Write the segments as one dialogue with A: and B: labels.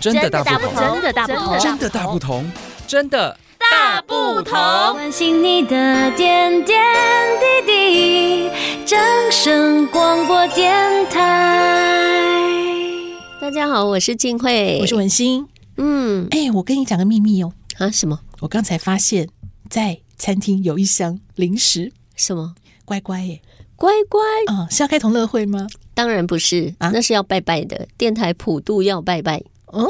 A: 真的大不同，
B: 真的大不同，
A: 真的大不同，真的
B: 大不同。
C: 关心你的点点滴滴，掌声广播电台。
D: 大家好，我是静慧，
B: 我是文心。
D: 嗯
B: 哎、我跟你讲个秘密哦，
D: 啊什么
B: 我刚才发现，在餐厅有一箱零食
D: 什么
B: 乖乖耶，
D: 乖乖，
B: 啊、是要开同乐会吗？
D: 当然不是，
B: 啊
D: 那是要拜拜的，电台普渡要拜拜。
B: 嗯，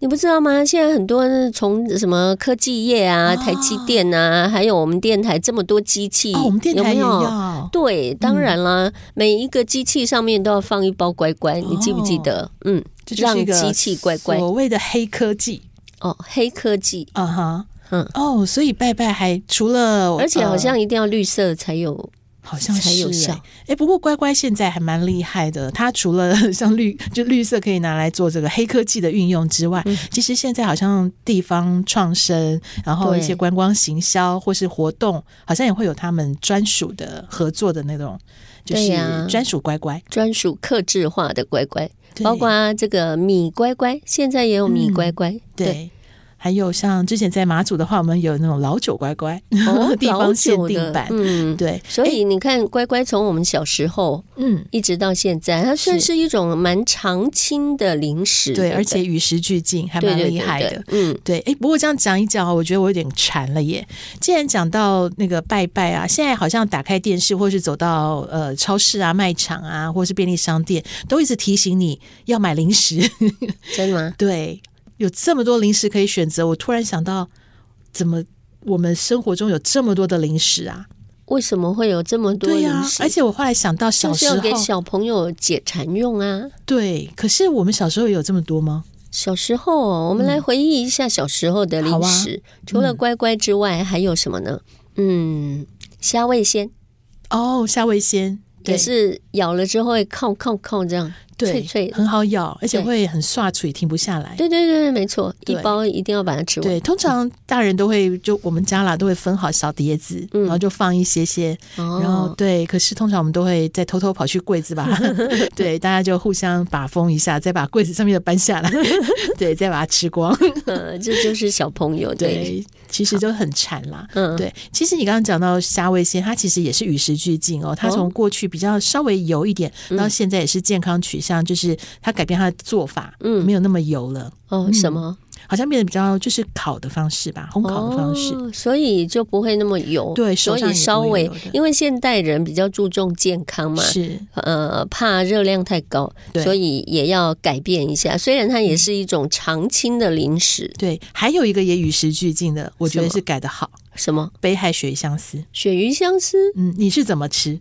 D: 你不知道吗？现在很多人从什么科技业啊、台积电啊，还有我们电台这么多机器，
B: 哦，我们电台也
D: 有没有？
B: 要，嗯
D: 对，当然啦，每一个机器上面都要放一包乖乖，你记不记得？嗯，
B: 哦这就
D: 让
B: 是一个
D: 机器乖乖
B: 所谓的黑科技
D: 哦，黑科技，
B: 啊哈。
D: 嗯，
B: 哦，所以拜拜还除了，
D: 而且好
B: 呃
D: 像一定要绿色才有
B: 好像
D: 才有
B: 是
D: 效
B: 哎、诶不过乖乖现在还蛮厉害的，它除了 像绿就绿色可以拿来做这个黑科技的运用之外，
D: 嗯
B: 其实现在好像地方创生，然后一些
D: 对
B: 观光行销或是活动，好像也会有他们专属的合作的那种，就
D: 对
B: 是
D: 呀
B: 专属乖乖，
D: 专属克制化的乖乖，
B: 对
D: 包括这个米乖乖，现在也有米乖乖，
B: 嗯对。还有像之前在马祖的话，我们有那种老酒乖乖， 地方限定版，
D: 哦老酒的嗯，
B: 对，
D: 所
B: 诶
D: 以你看，乖乖从我们小时候
B: 嗯，
D: 一直到现在，它算是一种蛮常青的零食，
B: 对，
D: 不
B: 而且与时俱进，还
D: 对
B: 蛮
D: 对
B: 厉害的。
D: 对对嗯，
B: 对，哎，不过这样讲一讲哦，我觉得我有点馋了耶。既然讲到那个拜拜啊，现在好像打开电视，或是走到呃超市啊、卖场啊，或是便利商店，都一直提醒你要买零食。
D: 真的吗？
B: 对，有这么多零食可以选择，我突然想到，怎么我们生活中有这么多的零食啊？
D: 为什么会有这么多
B: 对
D: 零
B: 呀、
D: 食？
B: 而且我后来想到小
D: 就是
B: 时候
D: 要，给小朋友解馋用啊。
B: 对，可是我们小时候有这么多吗？
D: 小时候哦，我们来回忆一下小时候的
B: 好
D: 零
B: 啊
D: 食，除了乖乖之外，还有什么呢？嗯，虾味鲜
B: 哦，夏威鲜
D: 也
B: 对。
D: 是咬了之后会靠靠靠这样，
B: 对，
D: 脆脆的。
B: 很好咬，而且
D: 对
B: 会很刷嘴，停不下来。
D: 对对对，没错，一
B: 对
D: 包一定要把它吃完。
B: 对，通常大人都会就我们家啦，都会分好小碟子，
D: 嗯
B: 然后就放一些些，
D: 哦，
B: 然后对。可是通常我们都会再偷偷跑去柜 子吧，对，大家就互相把风一下，再把柜子上面的搬 下来，对，再把它吃光。
D: 呃，这就是小朋友对，
B: 对，其实就很馋啦。
D: 嗯，
B: 对，其实你刚刚讲到虾味鲜，它其实也是与时俱进哦。它从过去比较稍微油一点，
D: 嗯
B: 到现在也是健康取向，就是它改变它的做法，
D: 嗯
B: 没有那么油了。
D: 哦，什么
B: 好像变得比较就是烤的方式嗯吧，烘烤的方式。
D: 哦，所以就不会那么油，
B: 对手
D: 所
B: 上
D: 以
B: 也
D: 稍
B: 不会
D: 微
B: 油的
D: 因为现代人比较注重健康嘛。
B: 是，
D: 呃，怕热量太高，
B: 对嗯
D: 所以也要改变一下。虽然它也是一种常青的零食，
B: 对。还有一个也与时俱进的，我觉得
D: 什么
B: 是改的好，
D: 什么
B: 北海鳕鱼香丝。
D: 鳕鱼香丝，
B: 嗯，你是怎么吃？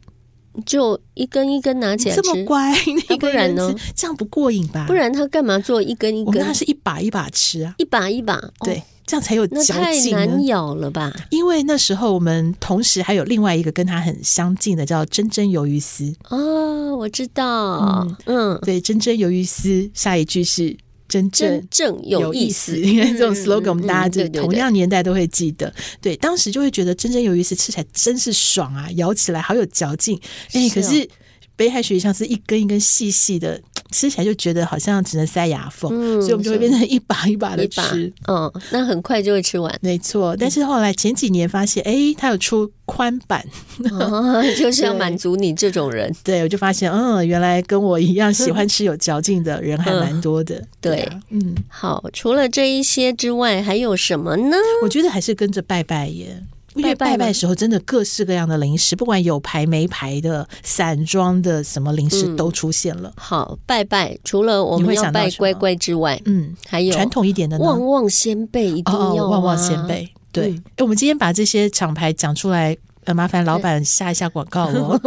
D: 就一根一根拿起来
B: 这么
D: 吃，
B: 乖，一
D: 不
B: 个人
D: 然呢
B: 吃，这样不过瘾吧？
D: 不然它干嘛做一根一
B: 我们那
D: 根、
B: 是一把一把吃啊，
D: 一把一把？
B: 对
D: 哦，，
B: 这样才有
D: 那
B: 嚼
D: 太
B: 劲呢
D: 难。咬了吧？
B: 因为那时候我们同时还有另外一个跟它很相近的，叫真真鱿鱼丝。
D: 哦，我知道，嗯，
B: 对，真真鱿鱼丝，下一句是真正
D: 真正有意思，
B: 因为这种
D: 嗯
B: slogan 我们大家就
D: 嗯对对
B: 同样年代都会记得。对，当时就会觉得真正鱿鱼丝吃起来真是爽啊，咬起来好有嚼劲。哎，
D: 是
B: 可
D: 哦
B: 是北海鳕鱼像是一根一根细细的，吃起来就觉得好像只能塞牙缝，
D: 嗯
B: 所以我们就会
D: 是
B: 变成一把一把的
D: 一把
B: 吃。，，
D: 嗯，那很快就会吃完
B: 没错，但是后来前几年发现，哎，它有出宽版，
D: 哦， 就是要
B: 对
D: 满足你这种人，
B: 对我就发现，嗯，原来跟我一样喜欢吃有嚼劲的人还
D: 嗯
B: 蛮多的。
D: 对
B: 啊嗯，
D: 好，除了这一些之外，还有什么呢？
B: 我觉得还是跟着拜拜耶。因为
D: 拜拜吗
B: 拜拜的时候，真的各式各样的零食，不管有牌没牌的、散装的，什么零食
D: 嗯
B: 都出现了。
D: 好，拜拜，除了我们
B: 你会
D: 要
B: 想到
D: 拜
B: 什么
D: 乖乖之外，
B: 嗯，
D: 还有
B: 传统一点的呢，
D: 旺旺仙贝一定
B: 哦
D: 要、啊
B: 哦，旺旺仙，贝。对，哎
D: 嗯
B: 诶我们今天把这些厂牌讲出来，呃，麻烦老板下一下广告 哦。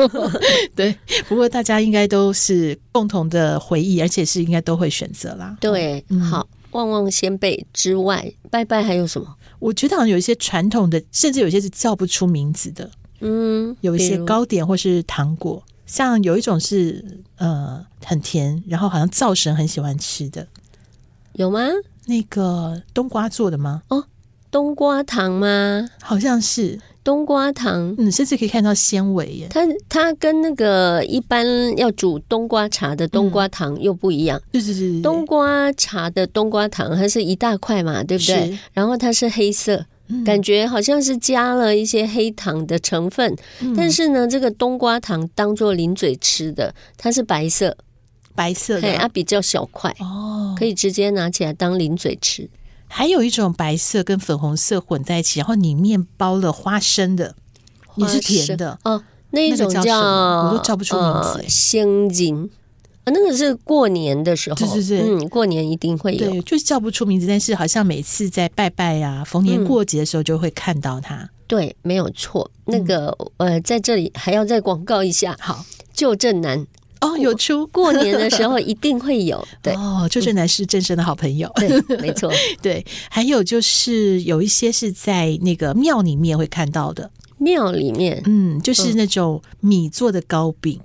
B: 对，不过大家应该都是共同的回忆，而且是应该都会选择啦。
D: 对，
B: 嗯
D: 好，旺旺仙贝之外，拜拜还有什么？
B: 我觉得好像有一些传统的，甚至有一些是叫不出名字的，
D: 嗯，
B: 有一
D: 比
B: 些
D: 如
B: 糕点或是糖果，像有一种是呃很甜，然后好像灶神很喜欢吃的
D: 有吗？
B: 那个冬瓜做的吗？
D: 冬瓜糖吗？
B: 好像是
D: 冬瓜糖，
B: 嗯，甚至可以看到纤维耶，
D: 它它跟那个一般要煮冬瓜茶的冬瓜糖又不一样。
B: 对对对对，
D: 冬瓜茶的冬瓜糖它是一大块嘛，对不对？
B: 是嗯
D: 然后它是黑色，感觉好像是加了一些黑糖的成分。
B: 嗯
D: 但是呢，这个冬瓜糖当做零嘴吃的，它是白色，
B: 白色
D: 对，它
B: 的
D: 比较小块，
B: 哦，
D: 可以直接拿起来当零嘴吃。
B: 还有一种白色跟粉红色混在一起，然后里面包了花生的，也是甜的，
D: 哦，那一种
B: 那个叫什么我都叫不出名字
D: 呃香精啊，那个是过年的时候，
B: 对对对
D: 嗯，过年一定会有。
B: 对，就是叫不出名字，但是好像每次在拜拜啊、
D: 嗯
B: 逢年过节的时候就会看到它。
D: 对，没有错。
B: 嗯
D: 那个、呃，在这里还要再广告一下，
B: 好
D: 旧正南
B: 哦，有出
D: 过年的时候一定会 有。对
B: 哦，邱正南是正生的好朋友。
D: 对，没 错，
B: 嗯对，还有就是有一些是在那个庙里面会看到的，
D: 庙里面
B: 嗯，就是那种米做的糕饼，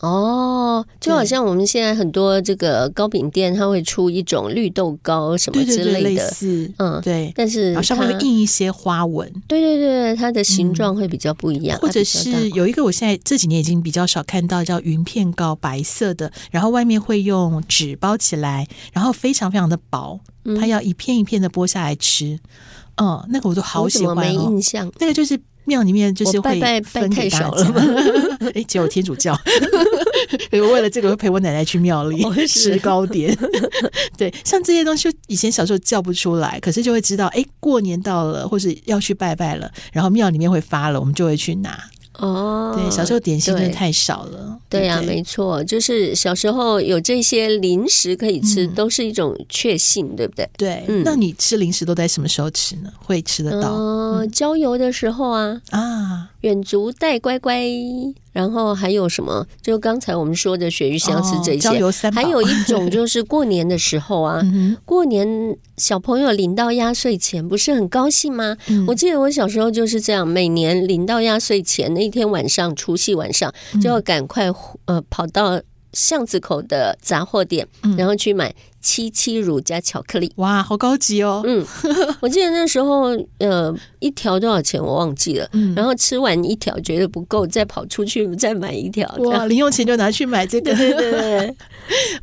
D: 哦，就好像我们现在很多这个糕饼店，它会出一种绿豆糕什么
B: 对
D: 之
B: 对对，
D: 类
B: 类
D: 的，
B: 似，
D: 嗯
B: 对，
D: 但是
B: 然后上面
D: 它
B: 会印一些花纹，
D: 对对对，它的形状会比较不一样，
B: 或
D: 它
B: 者
D: 比较大
B: 是有一个我现在这几年已经比较少看到叫云片糕，白色的，然后外面会用纸包起来，然后非常非常的薄，
D: 嗯
B: 它要一片一片的剥下来吃，嗯，那个我都好
D: 我
B: 喜
D: 怎么没
B: 欢哦，
D: 印象？
B: 那个就是。庙里面就是
D: 我拜
B: 会
D: 拜
B: 分
D: 拜
B: 给
D: 太
B: 大
D: 少了
B: 家， 哎，只有天主教。我为了这个，会陪我奶奶去庙 里
D: 哦是
B: 吃糕点。 对，像这些东西，以前小时候叫不出来，可是就会知道，哎，过年到了，或是要去拜拜了，然后庙里面会发了，我们就会去拿。
D: 哦，
B: 对，小时候点心真的
D: 对
B: 太少了。
D: 对啊呀、
B: 呀、
D: 没错，就是小时候有这些零食可以吃，
B: 嗯
D: 都是一种确幸，对不对？
B: 对。
D: 嗯
B: 那你吃零食都在什么时候吃呢？会吃得到、
D: 嗯，郊游的时候啊，
B: 啊？
D: 远足带乖乖，然后还有什么？就刚才我们说的鳕鱼香吃这
B: 哦
D: 些，
B: 郊游三宝
D: 还有一种就是过年的时候啊，
B: 嗯
D: 过年小朋友领到压岁钱，不是很高兴吗？
B: 嗯
D: 我记得我小时候就是这样，每年领到压岁钱那一天晚上，除夕晚上
B: 嗯
D: 就要赶快呃跑到巷子口的杂货店，
B: 嗯
D: 然后去买七七乳加巧克力。
B: 哇，好高级哦。
D: 嗯，我记得那时候呃一条多少钱我忘记了，
B: 嗯
D: 然后吃完一条觉得不够，再跑出去再买一条。这
B: 哇，
D: 样
B: 零用钱就拿去买这个。
D: 对对对，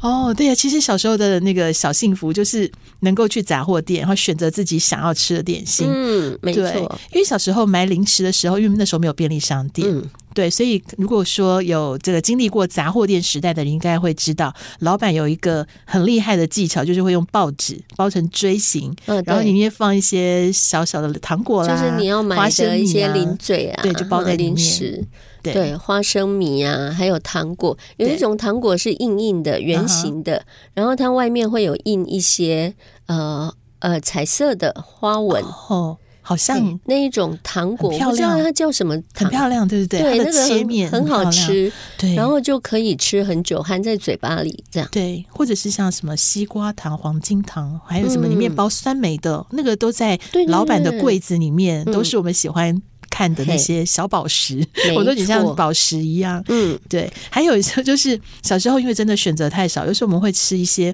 B: 哦，对呀、其实小时候的那个小幸福就是能够去杂货店，然后选择自己想要吃的点心。
D: 嗯，没
B: 对
D: 错，，
B: 因为小时候买零食的时候，因为那时候没有便利商店，
D: 嗯。
B: 对，所以如果说有这个经历过杂货店时代的人，应该会知道，老板有一个很厉害的技巧，就是会用报纸包成锥形，
D: 嗯，
B: 然后
D: 对
B: 里面放一些小小的糖果
D: 就
B: 啦，
D: 是你要买
B: 花生
D: 的一
B: 米
D: 些
B: 啊
D: 零嘴啊，
B: 对就包在
D: 嗯
B: 里面
D: 零食，
B: 对
D: 对，花生米啊，还有糖果，有
B: 对啊
D: 一种糖果是硬硬的、圆形的，然后它外面会有印一些呃呃彩色的花纹，
B: 哦，好像
D: 对那一种糖果，
B: 很
D: 我
B: 漂
D: 不知道
B: 亮
D: 它叫什么
B: 很
D: 糖。
B: 漂亮，对不对？
D: 对，那
B: 它的
D: 个
B: 切面
D: 很很好
B: 漂亮，
D: 吃，
B: 对，
D: 然后就可以吃很久，含在嘴巴里这样。
B: 对，或者是像什么西瓜糖、黄金糖，还有什么
D: 嗯
B: 里面包酸梅的，那个都在
D: 对对
B: 老板的柜子里面，
D: 对
B: 都是我们喜欢看的那些小宝石，
D: 嘿
B: 我都觉得
D: 没
B: 像
D: 错
B: 宝石一样。
D: 嗯，
B: 对，还有一些就是小时候因为真的选择太少，有时候我们会吃一些，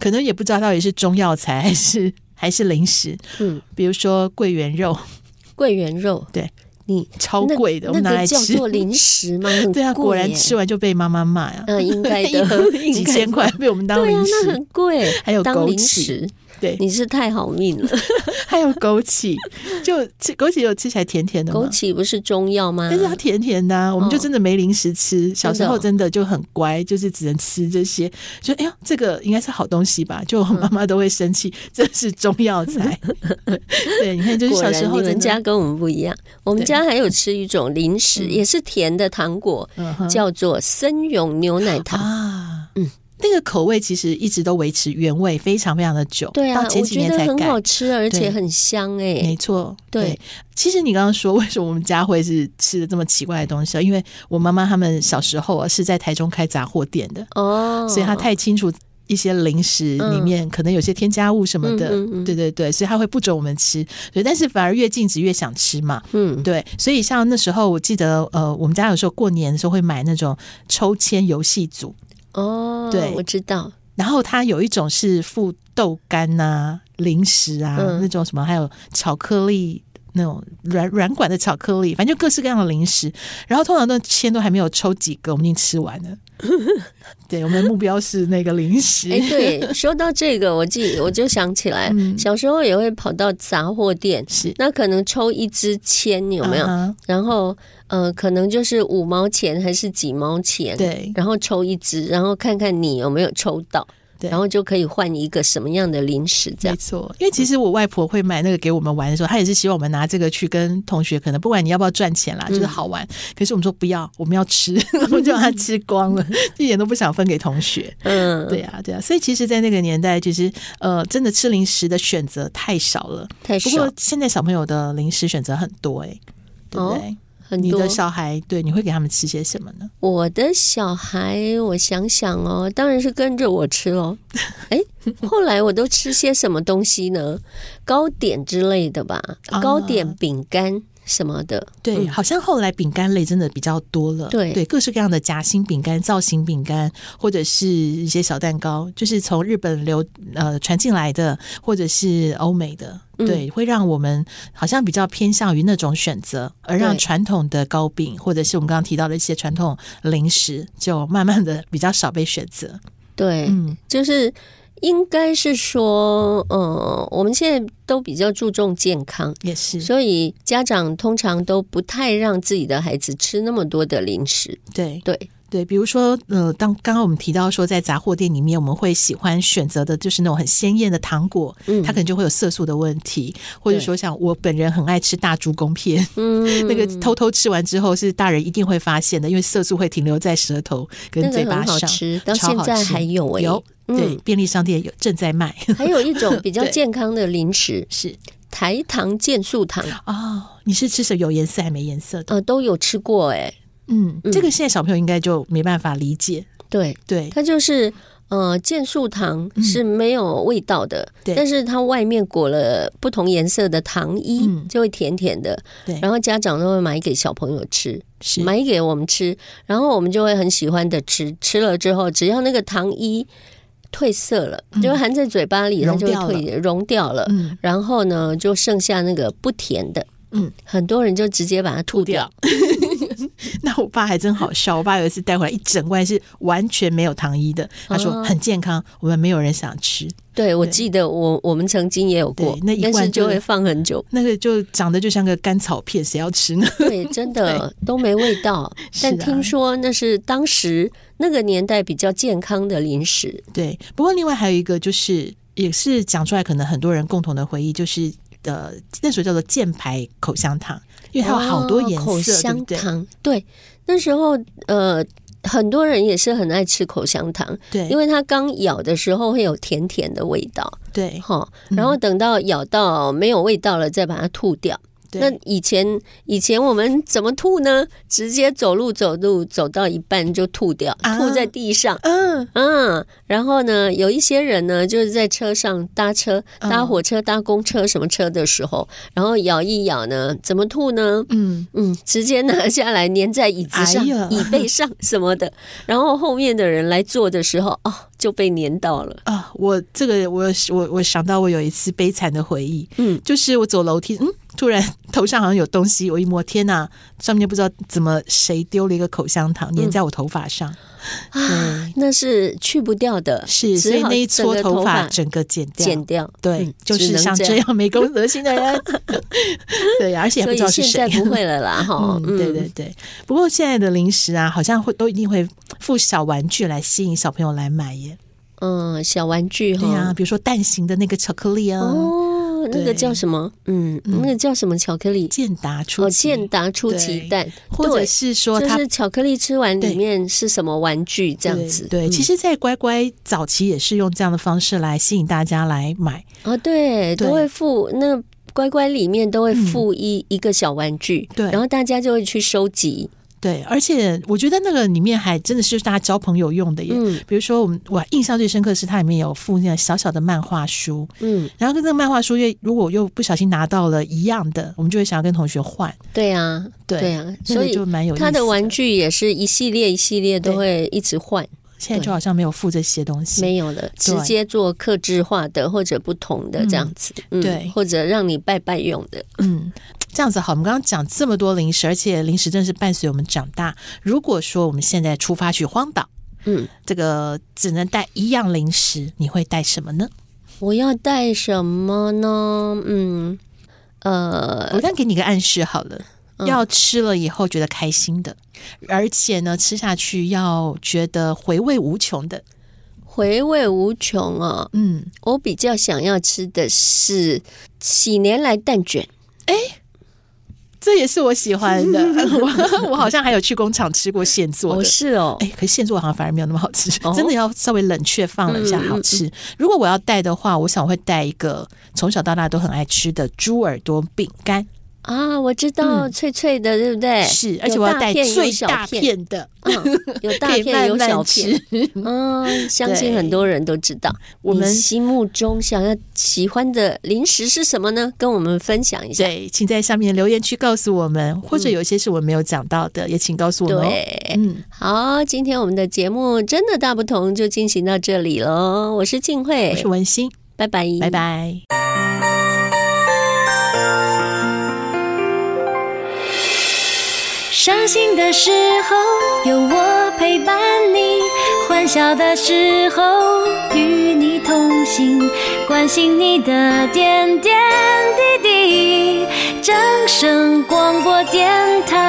B: 可能也不知道到底是中药材还是还是零食，
D: 嗯，
B: 比如说桂圆肉，
D: 桂圆肉，
B: 对
D: 你
B: 超
D: 那
B: 贵的，
D: 那
B: 我们拿
D: 个
B: 来
D: 叫
B: 吃。
D: 做零食吗？很
B: 对啊，
D: 贵
B: 果然
D: 耶
B: 吃完就被妈妈骂 呀、
D: 嗯，应该
B: 一
D: 的
B: 盒，
D: 应
B: 几
D: 该
B: 千
D: 的
B: 块被我们当
D: 对呀、啊
B: 零
D: 那
B: 食。
D: 很贵，
B: 还有枸
D: 当零
B: 杞
D: 食，
B: 对，
D: 你是太好命 了。
B: 还有枸 杞，就吃枸杞有吃起来甜甜的吗
D: 枸杞不是中药吗？
B: 但是它甜甜的啊、我们就真的没零食吃。小时
D: 真
B: 候
D: 的哦
B: 真的就很乖，就是只能吃这些。就哎呀，这个应该是好东西吧？就我妈妈都会生气，
D: 嗯
B: 这是中药 材。对，你看，就是
D: 果
B: 小
D: 然
B: 时候
D: 你
B: 真
D: 们
B: 的
D: 家，跟我们不一样，我们
B: 对
D: 家还有吃一种零食，
B: 嗯
D: 也是甜的糖果，
B: 嗯哼
D: 叫做森永牛奶糖。
B: 啊，
D: 嗯。
B: 那个口味其实一直都维持原味，非常非常的久，
D: 对啊，
B: 到前
D: 我
B: 几
D: 觉
B: 年
D: 得
B: 才
D: 很
B: 改
D: 好。吃，而且
B: 对
D: 很香哎、
B: 没错，
D: 对
B: 其实你刚刚说为什么我们家会是吃的这么奇怪的东西啊，因为我妈妈他们小时候啊是在台中开杂货店的，
D: 哦，
B: 所以他太清楚一些零食里面、可能有些添加物什么的，
D: 嗯嗯嗯嗯
B: 对对对，所以他会不准我们吃，对，但是反而越禁止越想吃嘛，
D: 嗯
B: 对，所以像那时候我记得，呃，我们家有时候过年的时候会买那种抽签游戏组，
D: 哦，
B: 对
D: 我知道，
B: 然后它有一种是附豆干呐、零食啊、
D: 嗯
B: 那种什么，还有巧克力。那种软软管的巧克力，反正就各式各样的零食。然后通常那签都还没有抽几个，我们已经吃完 了。对，我们的目标是那个零食。
D: 哎，对，说到这个，我记我就想起来，
B: 嗯
D: 小时候也会跑到杂货店，
B: 是
D: 那可能抽一支签有没有？
B: 啊哈
D: 然后呃，可能就是五毛钱还是几毛钱，，
B: 对
D: 然后抽一支，然后看看你有没有抽到，
B: 对
D: 然后就可以换一个什么样的零食这
B: 没
D: 样。
B: 错，因为其实我外婆会买那个给我们玩的时候，她也是希望我们拿这个去跟同学，可能不管你要不要赚钱
D: 嗯
B: 啦，就是好玩。可是我们说不要，我们要吃， 我们就把它吃光 了，一点都不想分给同学。
D: 嗯，
B: 对啊，对啊，所以其实，在那个年代，其实呃，真的吃零食的选择太少了。
D: 太
B: 不
D: 少
B: 过，现在小朋友的零食选择很多、欸，对不对？
D: 哦很
B: 你
D: 多
B: 的小孩对你会给他们吃些什么呢？
D: 我的小孩，我想想哦，当然是跟着我吃喽。哎，后来我都吃些什么东西呢？糕点之类的吧，
B: 啊
D: 糕点、饼干什么的。
B: 对，
D: 嗯
B: 好像后来饼干类真的比较多了，
D: 对
B: 对，各式各样的夹心饼干、造型饼干，或者是一些小蛋糕，就是从日本流呃传进来的，或者是欧美的，
D: 嗯
B: 对，会让我们好像比较偏向于那种选择，而让
D: 对
B: 传统的糕饼或者是我们刚刚提到的一些传统零食，就慢慢的比较少被选择。
D: 对，
B: 嗯，
D: 就是应该是说，呃，我们现在都比较注重健康，
B: 也是，
D: 所以家长通常都不太让自己的孩子吃那么多的零食。
B: 对
D: 对，
B: 对，比如说，呃，当刚刚我们提到说，在杂货店里面，我们会喜欢选择的就是那种很鲜艳的糖果，
D: 嗯
B: 它可能就会有色素的问题，或者说像我本人很爱吃大猪公片，
D: 嗯，
B: 那个偷偷吃完之后是大人一定会发现的，因为色素会停留在舌头跟
D: 那
B: 嘴
D: 个
B: 巴
D: 很好
B: 上，
D: 吃，到
B: 超
D: 现
B: 好
D: 在
B: 吃
D: 还有哎、
B: 有对
D: 嗯，
B: 便利商店有正在卖，
D: 还有一种比较
B: 对
D: 健康的零食，
B: 是
D: 台糖健素糖，
B: 哦，你是吃什么有颜色还没颜色的？
D: 呃，都有吃过哎、
B: 嗯，
D: 嗯
B: 这个现在小朋友应该就没办法理解，
D: 对，
B: 对，
D: 它就是呃健素糖
B: 嗯
D: 是没有味道的，
B: 对
D: 但是它外面裹了不同颜色的糖衣，
B: 嗯
D: 就会甜甜的。
B: 对
D: 然后家长都会买给小朋友吃，
B: 是
D: 买给我们吃，然后我们就会很喜欢的吃。吃了之后，只要那个糖衣褪色了，
B: 嗯
D: 就含在嘴巴里，它
B: 溶
D: 就会
B: 掉了
D: 退溶掉了。
B: 嗯
D: 然后呢，就剩下那个不甜的，
B: 嗯，
D: 很多人就直接把它吐掉。
B: 那我爸还真好笑，我爸有一次带回来一整罐是完全没有糖衣的，他说
D: 哦
B: 很健康，我们没有人想吃，
D: 对，我
B: 对
D: 记得我我们曾经也有过
B: 对，那一
D: 但是
B: 罐就。
D: 就会放很久
B: 那个就长得就像个甘草片，谁要吃呢？
D: 对，真的都没味道。
B: 是啊
D: 但听说那是当时那个年代比较健康的零食。
B: 对，不过另外还有一个就是，也是讲出来可能很多人共同的回忆，就是呃那时候叫做箭牌口香糖，因为它有好多颜
D: 哦口
B: 色，对
D: 香
B: 不对？
D: 糖。对，那时候呃，很多人也是很爱吃口香糖，
B: 对，
D: 因
B: 为
D: 为它刚咬的时候会有甜甜的味道，
B: 对
D: 哈。
B: 嗯
D: 然后等到咬到没有味道了，再把它吐掉。那
B: 对
D: 以前以前我们怎么吐呢？直接走路走路走到一半就吐掉，
B: 啊
D: 吐在地上。
B: 嗯，
D: 嗯，然后呢，有一些人呢，就是在车上搭车、
B: 嗯
D: 搭火车、搭公车什么车的时候，然后咬一咬呢，怎么吐呢？
B: 嗯，
D: 嗯，直接拿下来粘在椅子上、
B: 哎呀
D: 椅背上什么的，然后后面的人来坐的时候，哦，就被粘到 了。
B: 啊，我这个我我我想到我有一次悲惨的回忆，
D: 嗯，
B: 就是我走楼梯，嗯，突然头上好像有东西，我一摸，天哪，上面不知道怎么谁丢了一个口香糖粘在我头发上，
D: 嗯啊，那是去不掉的，
B: 是，所
D: 只
B: 以
D: 好
B: 那一
D: 整
B: 撮
D: 个
B: 头发
D: 发
B: 整个剪掉。
D: 剪掉。
B: 对，
D: 嗯
B: 就
D: 只
B: 是
D: 能
B: 像
D: 这
B: 这
D: 样
B: 样没公德心的 人， 对，而且也不
D: 所
B: 知
D: 以
B: 道是谁
D: 现在。不会了 啦，哈
B: 嗯，，对对对。不过现在的零食啊，好像会都一定会附小玩具来吸引小朋友来买耶。
D: 嗯，小玩具
B: 对啊，
D: 哈，
B: 比如说蛋形的那个巧克力啊，
D: 哦，那
B: 对
D: 个叫什么？嗯，那个叫什么巧克力？
B: 健达出
D: 哦，
B: 奇
D: 健达出奇蛋，
B: 或者
D: 对
B: 是说
D: 就
B: 它
D: 是巧克力吃完
B: 对
D: 里面是什么玩具这样子？
B: 对，对
D: 嗯
B: 其实，在乖乖早期也是用这样的方式来吸引大家来买。
D: 哦，对，
B: 对
D: 都会附那个乖乖里面都会
B: 嗯
D: 附一一个小玩具，
B: 对
D: 然后大家就会去收集，
B: 对，而且我觉得那个里面还真的是大家交朋友用的耶。
D: 嗯
B: 比如说，我们我印象最深刻是它里面有附那个小小的漫画书，
D: 嗯，
B: 然后跟那个漫画书，因为如果又不小心拿到了一样的，我们就会想要跟同学换。
D: 对啊，
B: 对
D: 对啊，
B: 那
D: 所
B: 个
D: 以
B: 就蛮有意思
D: 它的玩具也是一系列一系列
B: 对
D: 都会一直换，
B: 现在就好像没有附这些东西。
D: 没有了，直接做克制化的或者不同的这样子，嗯
B: 对
D: 或者让你拜拜用的，
B: 嗯，这样子好，我们刚刚讲这么多零食，而且零食真的是伴随我们长大。如果说我们现在出发去荒岛，
D: 嗯，
B: 这个只能带一样零食，你会带什么呢？
D: 我要带什么呢？嗯，呃，
B: 我再给你个暗示好了，
D: 嗯
B: 要吃了以后觉得开心的，而且呢，吃下去要觉得回味无穷的。
D: 回味无穷哦。
B: 嗯，
D: 我比较想要吃的是喜年来蛋卷，
B: 这也是我喜欢 的。我我好像还有去工厂吃过现做的。
D: 是哦
B: 哎，可是现做好像反而没有那么好吃，
D: 哦
B: 真的要稍微冷却放了一下
D: 嗯
B: 好吃。如果我要带的话，我想我会带一个从小到大都很爱吃的猪耳朵饼干，
D: 啊，我知道，
B: 嗯
D: 脆脆的，对不对？
B: 是，而
D: 哎有
B: 且我要带
D: 片有
B: 最
D: 小
B: 大
D: 片，
B: 片的，
D: 嗯， 有大
B: 可以
D: 片有
B: 慢慢
D: 小
B: 吃
D: 片，嗯，相信
B: 对
D: 很多人都知道。
B: 我们
D: 你心目中想要喜欢的零食是什么呢？跟我们分享一下。
B: 对，请在下面留言区告诉我们，或者有一些是我们没有讲到的，也请告诉我们、哦。
D: 嗯对，
B: 嗯，
D: 好，今天我们的节目真的大不同就进行到这里喽。我是静
B: 我
D: 慧
B: 是，文心，
D: 拜拜，
B: 拜。拜。
C: 伤心的时候有我陪伴你，欢笑的时候与你同行，关心你的点点滴滴。掌声广播电台。